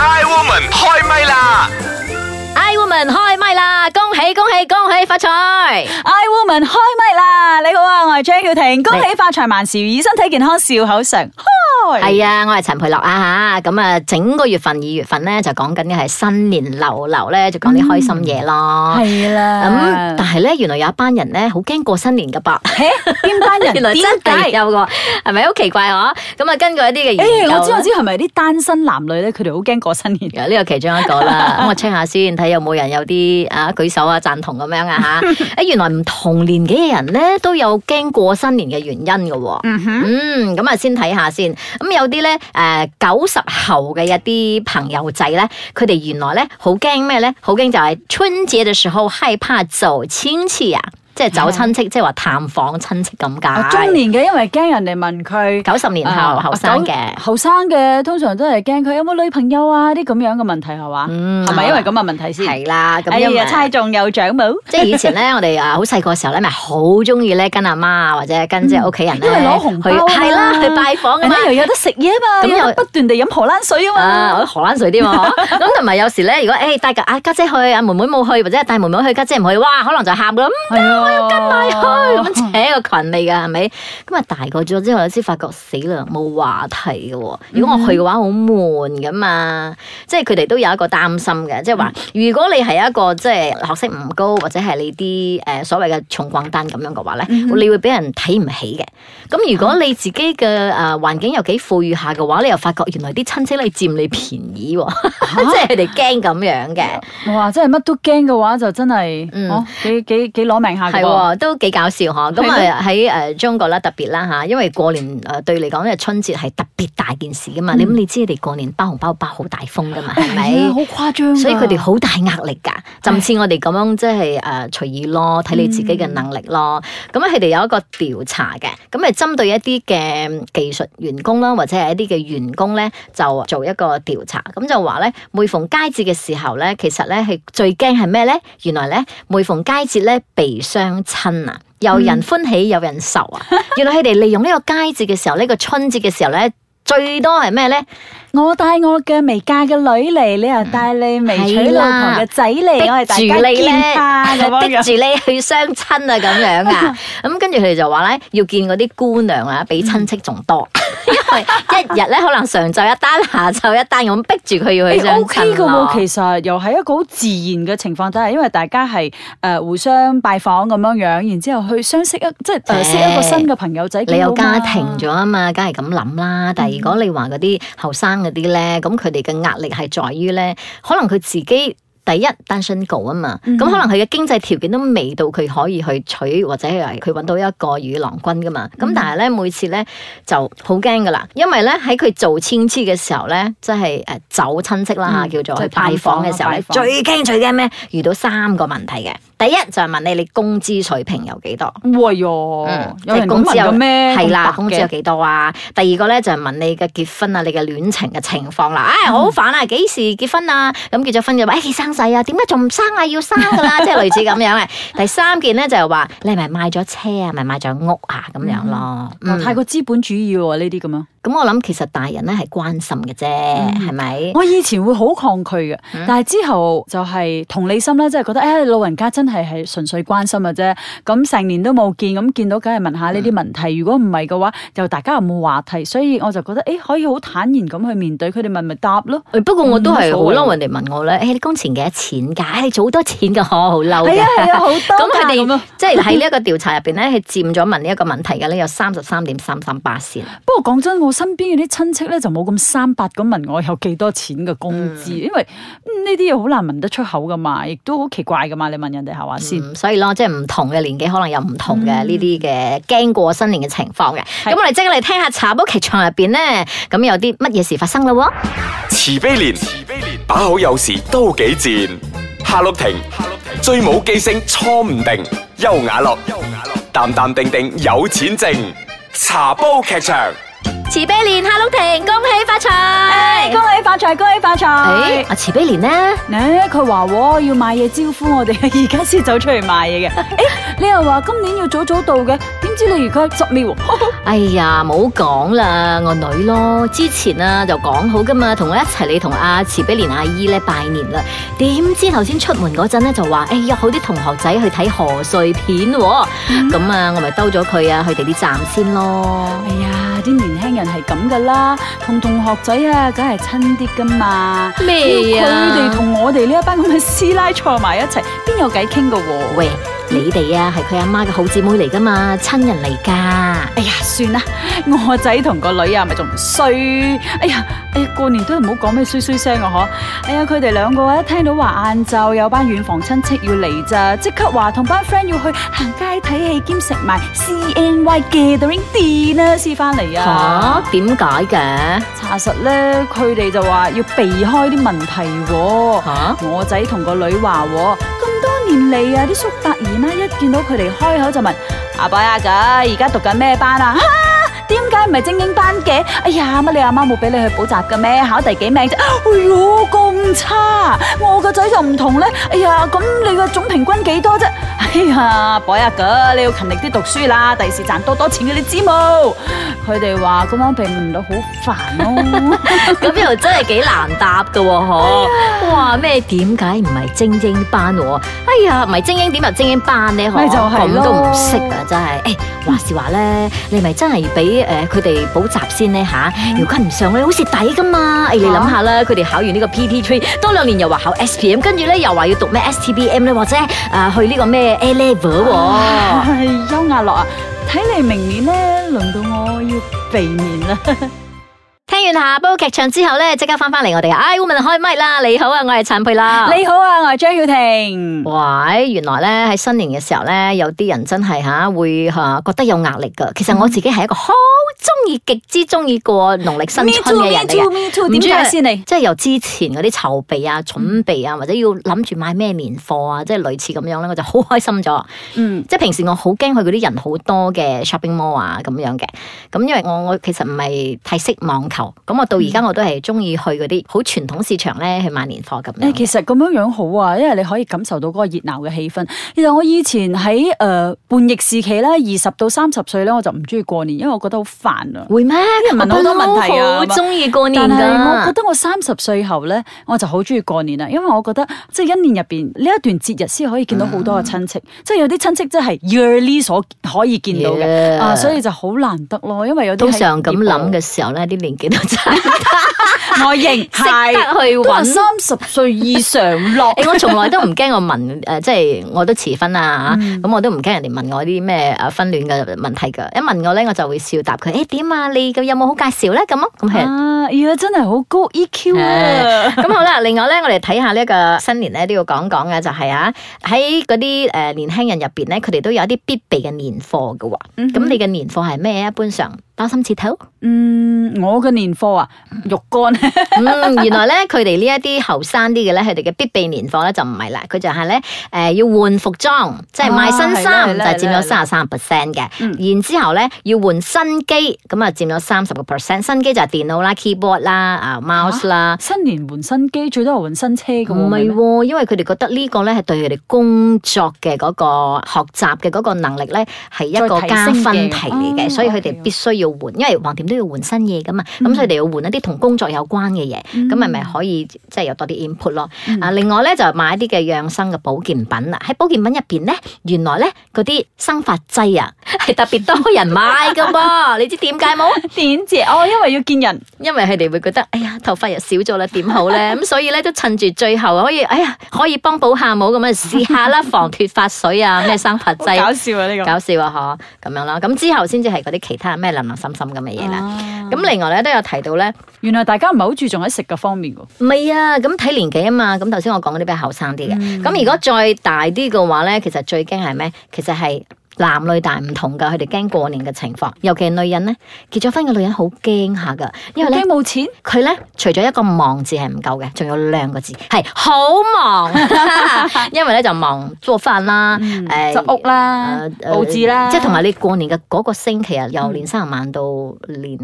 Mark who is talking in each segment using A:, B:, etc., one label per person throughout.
A: I Woman 開唛啦！
B: I woman 開唛啦！恭喜恭喜恭喜發財！
C: I Woman 開唛啦！你好啊，我係張曉婷，恭喜發財，萬事如意，身體健康，笑口常開。
B: 係啊，我係陳佩樂啊吓，咁啊整個月份二月份咧就講緊嘅係新年流流咧，就講啲開心嘢咯。
C: 係
B: 咁、
C: 啦，
B: 但係咧，原來有一班人咧好驚過新年噶 噃。
C: 嘿邊班 人？
B: 原來真
C: 點
B: 係
C: 解
B: 有個，係咪好奇怪嗬？咁啊，根據一啲嘅研
C: 誒，
B: 究，
C: 哎我知我知，係咪啲單身男女咧？佢哋好驚過新年。
B: 啊呢個其中一個 啦，咁我 check 下先，睇有冇人有啲啊舉手啊贊同咁樣啊 吓。誒，原來唔同年紀嘅人咧都有驚過新年嘅原因嘅喎。
C: 嗯哼，
B: 嗯，咁啊先睇下先。咁有啲咧，誒九十後嘅一啲朋友仔咧，佢哋原來咧好驚咩咧？好驚就係春節嘅時候害怕走親戚啊，即係走親戚，即係話探訪親戚咁
C: 嗯啊中
B: 解。
C: 年嘅，因為驚人哋問佢。
B: 九十年後
C: 啊
B: 後生嘅，
C: 九後生嘅通常都係驚佢有冇女朋友啊啲咁樣嘅問題係嘛？
B: 嗯
C: 啊係咪因為咁嘅問題先？
B: 係啦，咁
C: 哎
B: 因為
C: 呀，。猜中有獎冇？
B: 即係以前咧，我哋啊好細個嘅時候咧，咪好中意咧跟阿媽啊或者跟即係屋企人咧，
C: 嗯因為攞紅包
B: 去
C: 啊嘛
B: 係啦去拜訪啊
C: 人
B: 嘛。
C: 哋又有得食嘢嘛，
B: 咁又
C: 有得不斷地飲荷蘭水啊嘛。
B: 啊，我荷蘭水 啲喎，咁同埋有時咧，如果誒帶個啊家姐去，阿妹妹冇去，或者係帶妹妹去，家姐唔去，哇，可能就喊嗯咁，
C: 係啊，我要跟埋
B: 咁扯個裙尾㗎，係咪？Oh 咁啊大個咗之後，先發覺死啦，冇話題嘅喎。如果我去嘅話，好悶㗎嘛。即係佢哋都有一個擔心嘅，即係話，如果你係一個即係學識唔高，或者係你啲誒、呃所謂嘅重光單咁樣嘅話咧，你會俾人睇唔起嘅。咁如果你自己嘅誒環境又幾富裕下嘅話，你又發覺原來啲親戚咧佔你便宜喎，即係佢哋驚咁樣嘅。
C: 哇！真係乜都驚嘅話，就真係，
B: 嗯
C: 哦，幾幾幾攞命下嘅啊
B: 係
C: 喎。
B: 喎，都幾搞笑嗬！咁啊喺誒中國啦，特別啦嚇，因為過年誒對嚟講，因為春節係特別大件事噶嘛。你咁你知你哋過年包紅包包好大封噶嘛，係
C: 嗯係啊
B: 咪？
C: 好誇張㗎。
B: 所以佢哋好大壓力㗎，就唔似我哋咁樣即係誒隨意咯，睇你自己嘅能力咯。咁啊佢哋有一個調查嘅，咁係針對一啲嘅技術員工啦，或者係一啲嘅員工咧，就做一個調查。咁就話咧，每逢佳節嘅時候咧，其實咧係最驚係咩咧？原來咧，每逢佳節咧被相親啊！有人歡喜，有人愁啊！原來佢哋利用呢個佳節嘅時候，呢、個春節嘅時候咧，最多係咩咧？
C: 我帶我嘅未嫁嘅女嚟，你又帶你未娶老婆嘅仔嚟，我哋大
B: 嗯逼住
C: 家
B: 你咧
C: 見下 咁，樣
B: 啊逼
C: 樣。
B: 住你去相親啊咁樣 啊，咁跟住佢哋就話咧，要見嗰啲姑娘啊，比親戚仲多，因
C: 嗯
B: 為一日咧可能上晝一單，下晝一單咁逼住佢要去
C: 誒
B: 相
C: O K 哎嘅
B: 親啊咯
C: 喎，其實又係一個好自然嘅情況底下，因為大家係誒、呃互相拜訪咁樣樣，然之後去相識一即係誒、呃、
B: 誒
C: 識一個新嘅朋友仔。
B: 你有
C: 見到嘛嗯
B: 家庭咗啊嘛，梗係咁諗啦。但係如果你話嗰啲後生嗰啲咧，咁佢哋嘅壓力係在於咧，可能佢自己。第一單身狗啊嘛，咁、
C: 嗯
B: 可能佢嘅經濟條件都未到佢可以去娶或者係佢揾到一個與郎君噶嘛，
C: 嗯
B: 咁、但係咧每次咧就好驚噶啦，因為咧喺佢做千痴嘅時候咧，即係誒走親戚啦
C: 嗯
B: 嚇，叫做去
C: 即係
B: 拜訪嘅時候
C: 拜
B: 咧，
C: 訪
B: 最驚最驚咩？遇到三個問題嘅，第一就係問你你工資水平有幾多？
C: 喂喲，
B: 嗯，
C: 有人
B: 工
C: 咁
B: 資
C: 問
B: 有
C: 嘅咩？
B: 係啦，
C: 咁白
B: 工資
C: 嘅
B: 有幾多啊？第二個咧就係問你嘅結婚啊，你嘅戀情嘅情況啦。唉，好煩啊！幾時結婚啊？咁結咗婚就話，唉，生仔啊？點解仲唔生啊？要生噶 啦，即係類似咁樣嘅。啊第三件咧就係話，你係咪買咗車啊？咪買咗屋啊？咁樣咯。
C: 哇
B: 嗯
C: 哦太過資本主義喎呢啲咁樣。
B: 咁我諗其實大人咧係關心嘅啫，係咪？
C: 我以前會好抗拒嘅，
B: 嗯
C: 但係之後就係同理心啦，即係覺得誒、哎老人家真係係純粹關心嘅啫，咁成年都冇見，咁見到梗係問下呢啲
B: 嗯
C: 問題。如果唔係嘅話，就大家又冇話題，所以我就覺得誒、哎可以好坦然咁去面對，佢哋問咪答咯。
B: 誒哎不過我都係好
C: 嗯冇
B: 嬲，
C: 所
B: 人
C: 謂
B: 哋問我咧，誒你工錢幾多錢㗎？哎誒你做好多錢㗎，我好嬲
C: 係
B: 嘅
C: 啊。係啊，好 多
B: 咁佢
C: 㗎咁
B: 哋
C: 啊
B: 即係喺呢一個調查入邊咧，係佔咗問呢一個問題嘅咧，有三十三點三三八線。
C: 不過講真，我身邊嗰啲親戚咧就冇咁三八咁問我有幾多錢嘅工資，因為嗯呢啲嘢好難問得出口噶嘛，亦都好奇怪噶嘛。你問人哋係話先，
B: 嗯所以咯，即係唔同嘅年紀，可能有唔同嘅呢啲嘅驚過新年嘅情況嘅。咁我哋即刻嚟聽下茶煲劇場入邊咧，咁有啲乜嘢事發生啦喎？
A: 慈悲蓮，慈悲蓮，把口有時都幾賤。夏綠庭，夏綠庭，最冇記性錯唔定。優雅樂，優雅樂，淡淡定定有錢剩。茶煲劇場。
B: 慈悲蓮、夏綠庭，恭喜發財！
C: 恭喜發財，財，恭喜發
B: 诶，
C: 財！
B: 阿慈悲蓮呢？
C: 咧佢話喎要買嘢招呼我哋，而家先走出去買 嘢嘅。诶，你又話今年要早早到嘅，點知你而家十秒喎？
B: 哎呀，冇講啦，我女咯，之前啊就講好噶嘛，同我一齊你同阿慈悲蓮阿姨咧拜年啦，點知頭先出門嗰陣咧就話，哎約好啲同學仔去睇賀歲片喎，
C: 嗯
B: 咁啊我咪兜咗佢啊去地鐵站先咯。
C: 哎呀，啲年輕人係咁噶啦，同同學仔啊，梗係親啲噶嘛。
B: 咩啊
C: 佢哋同我哋呢一班咁嘅師奶坐埋一齊，邊有偈傾噶喎？
B: 喂，你哋啊係佢阿媽嘅好姊妹嚟噶嘛，親人嚟㗎。
C: 哎呀，算啦，我仔同個女啊，咪仲衰。哎呀，哎呀，過年都唔好講咩衰衰聲啊，嗬。哎呀，佢哋兩個一聽到話晏晝有班遠房親戚要嚟咋，即刻話同班 friend 要去行街睇戲兼食埋 CNY gathering dinner 先翻嚟啊
B: 吓。？點解嘅？
C: 查實咧，佢哋就話要避開啲問題喎。
B: 吓？
C: 我仔同個女話喎，咁多年嚟啊，啲叔伯姨媽一見到佢哋開口就問：阿伯阿噶，而家讀緊咩班啊？啊點解唔係精英班嘅？哎呀，乜你阿媽冇俾你去補習嘅咩？考第幾名啫？哎呦，咁差！我個仔就唔同咧。哎呀，咁你個總平均幾多啫？哎呀，伯阿噶，你要勤力啲讀書啦，第時賺多多錢嘅，你知冇？佢哋話咁樣被問到好煩咯。
B: 咁又真係幾難答㗎喎，
C: 哎
B: 嗬、哇咩？點解唔係精英班喎？哎呀，唔係精英點入精英班呢？嗬
C: 咪就係咯嗯
B: 咁都唔識啊！真係。誒、話時話咧，你咪真係俾誒佢哋補習先呢吓？
C: 嗯
B: 如果唔上咧，好蝕底㗎嘛！誒、哎你諗下啦，佢哋考完呢個 PT Three，多兩年又話考 SPM，跟住咧又話要讀咩 STBM 咧，或者誒、啊去呢個咩 A Level 喎。
C: 唉，邱亚乐啊，睇嚟明年呢，輪到我要避免啦。
B: 听完下煲剧场之后咧，即刻翻翻嚟我哋嘅 I Woman 开麦啦！你好啊，我系陈佩啦。
C: 你好啊，我係張耀婷。
B: 喂，原來咧喺新年嘅時候咧，有啲人真係吓會吓覺得有壓力噶。其實
C: 嗯
B: 我自己係一個好中意、極之中意過農曆新春嘅人嚟嘅。
C: me too，
B: 唔
C: 點
B: 知
C: 解先你？
B: 即係由之前嗰啲籌備啊、準備
C: 嗯
B: 啊，或者要諗住買咩年貨啊，即係類似咁樣咧，我就好開心咗。
C: 嗯，
B: 即係平時我好驚去嗰啲人好多嘅 shopping mall 啊咁樣嘅，咁因為我我其實唔係太識網購，咁我到而家
C: 嗯
B: 我都係中意去嗰啲好傳統市場咧去買年貨咁
C: 誒，
B: 樣。
C: 其實咁樣樣好啊，因為你可以感受到嗰個熱鬧嘅氣氛。其實我以前喺诶、呃叛逆時期咧，二十到三十歲咧，我就唔中意過年，因為我覺得好煩啊。
B: 會咩？
C: 人問好多問題啊
B: 我不嬲好中意過年
C: 但係我覺
B: 㗎。
C: 得我三十歲後咧，我就好中意過年啊啦，因為我覺得即係一年入邊呢一段節日先可以見到好多嘅親戚，即係有啲親戚真係 yearly 所可以見到嘅
B: Yeah
C: 啊，所以就好難得咯，因為有啲
B: 呃通
C: 係
B: 常咁
C: 業務
B: 諗嘅時候咧，啲年紀都真係
C: 我認
B: 識得
C: 係
B: 去
C: 都話
B: 揾。。
C: 三十歲以上 落啊
B: 誒我從來都唔驚我問誒、
C: 嗯
B: 即係我都遲婚啊咁、我都唔驚人哋問我啲咩誒婚戀嘅問題㗎。一問我咧，我就會笑答佢：，誒、點啊？你嘅有冇好介紹咧？咁啊，咁係。
C: 啊！而家真係好高 EQ 啊！
B: 咁好啦，另外咧，我哋睇下呢一個新年咧都要講講嘅就係啊，喺嗰啲誒年輕人入邊咧，佢哋都有一啲必備嘅年貨嘅喎。咁、
C: 嗯哼
B: 你嘅年貨係咩？一般上包心切頭。
C: 嗯，我嘅年貨啊，肉乾
B: 嗯，原來咧佢哋呢一啲後生啲嘅咧，佢哋嘅必備年貨咧就唔係啦，佢就係咧誒要換服裝，即係買新
C: 啊
B: 衫
C: 係
B: 就
C: 啦
B: 係佔咗
C: 係啦
B: 三十三 percent 嘅。
C: 嗯
B: 然之後咧要換新機，咁啊佔咗三十個 percent。新機就係電腦啦、keyboard 啦、啊 mouse 啦。
C: 新年換新機，最多係換新車咁喎。
B: 唔係
C: 咩
B: 喎，因為佢哋覺得呢個咧係對佢哋工作嘅嗰個學習嘅嗰個能力咧係一個
C: 再提
B: 加
C: 升嘅
B: 分題嚟嘅，
C: 哦
B: 所以佢
C: OK，OK
B: 哋必須要換，因為橫掂都要換新嘢噶嘛，
C: 嗯
B: 咁所以佢哋要換一啲同工作有關嘅嘢，咁咪咪啊可以即係有多啲 input 咯。
C: 嗯
B: 啊，另外咧就買一啲嘅養生嘅保健品啦，喺保健品入邊咧，原來咧嗰啲生髮劑啊係特別多人買噶噃，你知點解冇？
C: 點姐哦，因為要見人。
B: 因為佢哋會覺得，哎呀，頭髮又少咗啦，點好咧？ 咁所以咧都趁住最後可以，哎呀，可以幫補下冇咁啊，試下啦，防脱髮水啊，咩生髮
C: 好搞
B: 劑，
C: 笑啊！呢個
B: 搞笑啊，嗬，咁樣啦。咁之後先至係嗰啲其他咩林林森森咁嘅嘢啦。
C: 啊
B: 咁另外咧都有提到咧，
C: 原來大家唔係好注重喺食嘅方面喎。
B: 唔係啊，咁睇年紀啊嘛。咁頭嗯先我講嗰啲比較後生啲嘅，咁、如果再大啲嘅話咧，其實最驚係咩？其實係男女但係唔同㗎，佢哋驚過年嘅情況，尤其係女人咧，結咗婚嘅女人好驚下㗎，因為咧
C: 驚。冇錢，
B: 佢咧除咗一個忙字係唔夠嘅，仲有兩個字係好忙， 因為咧就忙做飯啦，
C: 嗯
B: 嗯誒、
C: 執屋啦
B: 誒，誒
C: 佈置啦，
B: 即係同埋你過年嘅嗰個星期啊，
C: 嗯
B: 由年三十晚到年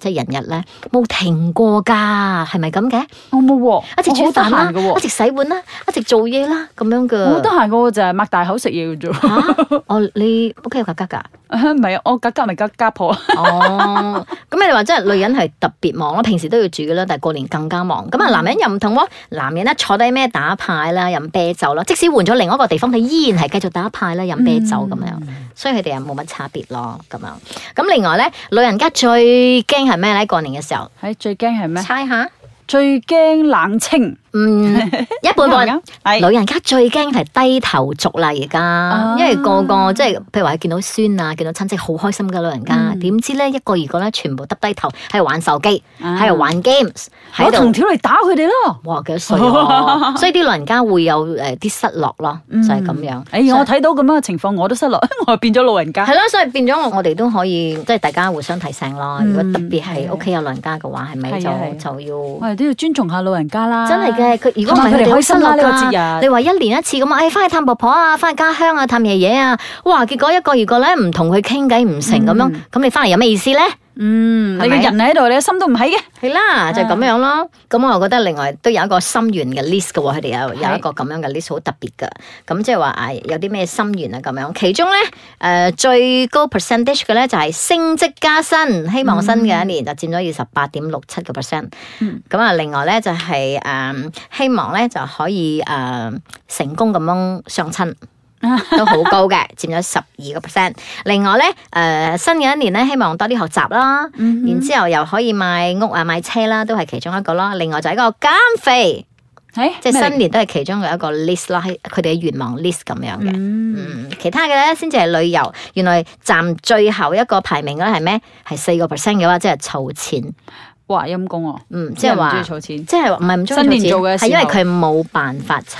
B: 即係人日咧，冇停過㗎，係咪咁嘅？
C: 我哦冇喎，
B: 一直啊煮
C: 哦我好得
B: 飯啦
C: 閒嘅，喎
B: 一直洗碗啦，一直做嘢啦，咁樣
C: 我好得
B: 嘅。
C: 閒嘅喎，就係擘大口食嘢嘅啫喎。
B: 嚇！哦，你屋企有格格㗎？
C: 唔係啊，我格格咪格家婆，
B: 哦，咁你話真係女人係特別忙咯，平時都要煮嘅啦，但係過年更加忙。咁啊，男人又唔同喎，男人咧坐低咩打牌啦，飲啤酒啦，即使換咗另外一個地方，佢依然係繼續打牌啦，飲啤酒咁樣，所以佢哋又冇乜差別咯，咁樣。咁另外咧，老人家最驚係咩咧？過年嘅時候，
C: 係最驚係咩？
B: 猜下，
C: 最驚冷清，
B: 嗯，一半 半。老
C: 係
B: 人家最驚係低頭族啦，而家，
C: 啊
B: 因為個個即係譬如話見到孫啊，見到親戚好開心嘅老人
C: 嗯
B: 家，點、知咧一個二個咧全部耷低頭喺度玩手機，
C: 啊
B: 喺度、玩 games，喺
C: 攞
B: 度。
C: 藤條嚟打佢哋咯。
B: 哇！幾多歲 喎所以啲老人家會有誒啲失落咯，就係咁樣。
C: 哎呀，我睇到咁樣嘅情況，我都失落， 我變咗老人家。
B: 係咯，所以變咗我我哋都可以即係大家互相提醒咯。
C: 嗯
B: 如果特別係屋企有老人家嘅話，係咪
C: 係
B: 就
C: 啊係啊
B: 就要
C: 我？哋都要尊重下老人家啦。
B: 真係嘅，佢如果唔係
C: 同埋
B: 佢
C: 佢
B: 哋
C: 哋
B: 好
C: 開
B: 失
C: 心
B: 落
C: 啦呢個
B: 㗎。
C: 節日
B: 你話一年一次咁啊，誒翻去探婆婆啊，翻去家鄉啊，探爺爺啊，哇！結果一個二個咧唔同佢傾偈唔成咁樣，咁你翻嚟有咩意思咧？
C: 嗯，
B: 係
C: 你
B: 咪
C: 個人喺度，你個心都唔喺嘅。
B: 係啦，
C: 嗯
B: 就咁樣咯。咁我覺得另外都有一個心願嘅 list 嘅喎，佢哋有
C: 係
B: 有一個咁樣嘅 list 好特別嘅。咁即係話啊，有啲咩心願啊咁樣。其中咧誒、最高 percentage 嘅咧就係升職加薪，希望新嘅一年就佔咗二十八點六七個 percent。
C: 嗯
B: 咁啊，另外咧就係、誒、希望咧就可以誒、成功咁樣相 親。都好高嘅，佔咗十二個 percent。另外咧，誒、新嘅一年咧，希望多啲學習啦，
C: 嗯
B: 然之後又可以買屋啊、買車啦，都係其中一個啦。另外就係一個減肥，
C: 係
B: 即係新
C: 年。
B: 年都係其中嘅一個 list 啦，係佢哋嘅願望 list 咁樣嘅。
C: 嗯，
B: 嗯，其他嘅咧先至係旅遊，原來佔最後一個排名嘅咧係咩？係四個 percent 嘅話，即係儲錢。
C: 哇，陰公哦，
B: 嗯，即係話
C: 真係唔。中意儲錢。
B: 即係話唔係唔中意
C: 新年
B: 儲錢
C: 做嘅時
B: 係
C: 候嗯
B: 因為佢冇辦法儲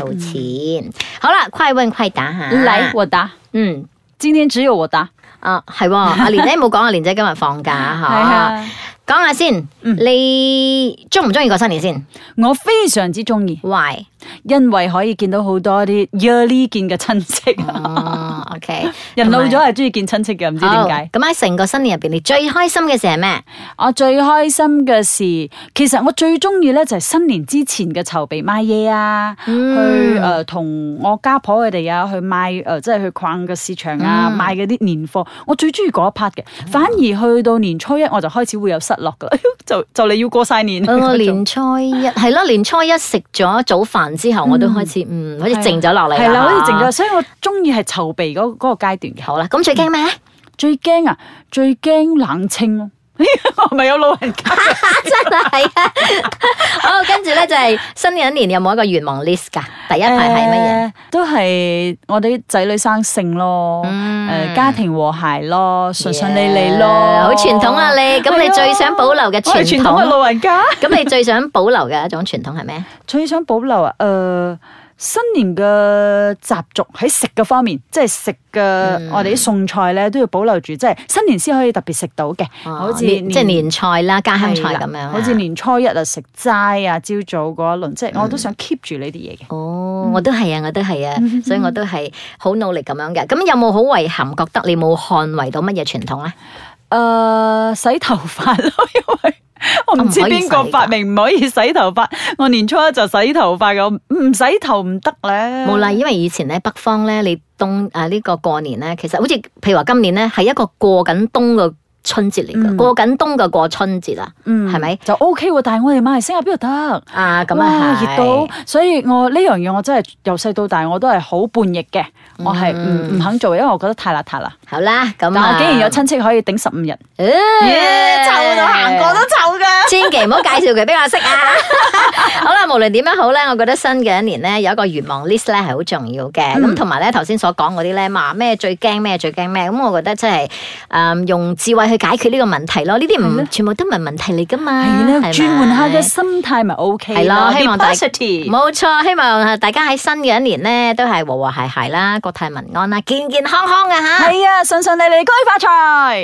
B: 錢。好啦，快問快答下。
C: 嚟，我打，
B: 嗯，
C: 今天只有我打。
B: 啊，係 喎，阿蓮姐冇講，阿蓮姐今日放假
C: 係
B: 嚇。
C: 啊，嗯
B: 講下先，你中唔中意過新年先
C: 我非常之中意，
B: ？Why？
C: 因為可以見到好多啲 yearly 見嘅親戚。
B: 哦，OK，
C: 人老咗係中意見親戚嘅，唔知點解。
B: 哦好咁喺成個新年入邊，你最開心嘅事係 咩？
C: 我啊最開心嘅事，其實我最中意咧就係新年之前嘅籌備買嘢啊，
B: 嗯
C: 去誒同、我家婆佢哋啊去買誒、呃即係去逛個市場啊，
B: 嗯
C: 買嗰啲年貨。我最中意嗰一 part 嘅，反而去到年初一我就開始會有失落噶啦， 哎就就嚟要過晒年。
B: 我
C: 嗰種
B: 年初一係咯，年初一食咗早飯之後，我都開始嗯，好似靜咗落嚟啊
C: 係啦，好似
B: 嚇
C: 靜咗，所以我中意係籌備嗰嗰個階段嘅。
B: 好啦，咁最驚咩
C: 嗯
B: 咧？
C: 最驚啊，最驚冷清咯。 我咪有老人家，
B: 真係啊！好，跟住咧就係新嘅一年有冇一個願望 list 㗎？第一排係乜嘢？
C: 誒？呃都係我哋啲仔女生性咯，誒、
B: 嗯
C: 家庭和諧咯，順順利利咯
B: Yeah，好傳統啊！你咁你
C: 係啊
B: 最想保留嘅
C: 我係
B: 傳
C: 傳統嘅
B: 統，
C: 老人家，
B: 咁你最想保留嘅一種傳統係 咩？
C: 最想保留啊！誒、新年嘅習俗喺食嘅方面，即係食嘅
B: 嗯
C: 我哋啲餸菜咧都要保留住，即係新年先可以特別食到嘅，
B: 哦
C: 好似
B: 年即係年菜啦、家鄉
C: 係
B: 菜
C: 啦
B: 咁樣啊。
C: 好似年初一啊食齋啊，朝早嗰一輪，即係
B: 嗯
C: 我都想 keep 住呢啲嘢嘅。
B: 哦，我都係啊，我都係啊，
C: 嗯
B: 所以我都係好努力咁樣嘅。咁有冇好遺憾，覺得你冇捍衞到乜嘢傳統咧？啊
C: 誒、呃洗頭髮咯，因 為我唔知
B: 啊唔可以洗
C: 邊個發明唔可以洗頭髮，我年初一就洗頭髮嘅，我唔洗頭唔得咧。
B: 冇啦，因為以前咧北方咧，你冬啊呢、個過年咧，其實好似譬如話今年咧係一個過緊冬嘅春節嚟嘅，
C: 嗯
B: 過緊冬嘅過春節啊，
C: 嗯，
B: 係咪、
C: 就 O K 喎？但係我哋馬來西亞邊度得？
B: 啊咁
C: 哇
B: 啊係
C: 熱到，所以我呢樣嘢我真係由細到大我都係好叛逆嘅，
B: 嗯
C: 我係唔唔肯做，因為我覺得太邋遢啦。
B: 好啦，咁
C: 但
B: 啊，
C: 我竟然有親戚可以頂十五日，
B: 耶，
C: 耶臭到行過都臭㗎。
B: 千祈唔好介紹佢俾我 識啊！好啦，無論點樣好咧，我覺得新嘅一年咧有一個願望 list 咧係好重要
C: 嗯
B: 嘅。咁同埋咧頭先所講嗰啲咧，話咩最驚咩最驚咩，咁我覺得真係誒用智慧去解決呢個問題咯。呢啲唔全部都唔係問題嚟噶嘛，
C: 係啦，
B: 咪
C: 轉換下嘅心態咪 O K
B: 係咯希望大
C: positive。
B: 啊冇錯，希望大家喺新嘅一年咧，都係和和諧諧啦，國泰民安啦，健健康康啊吓。啊
C: 啊係啊，順順利利，恭喜發財！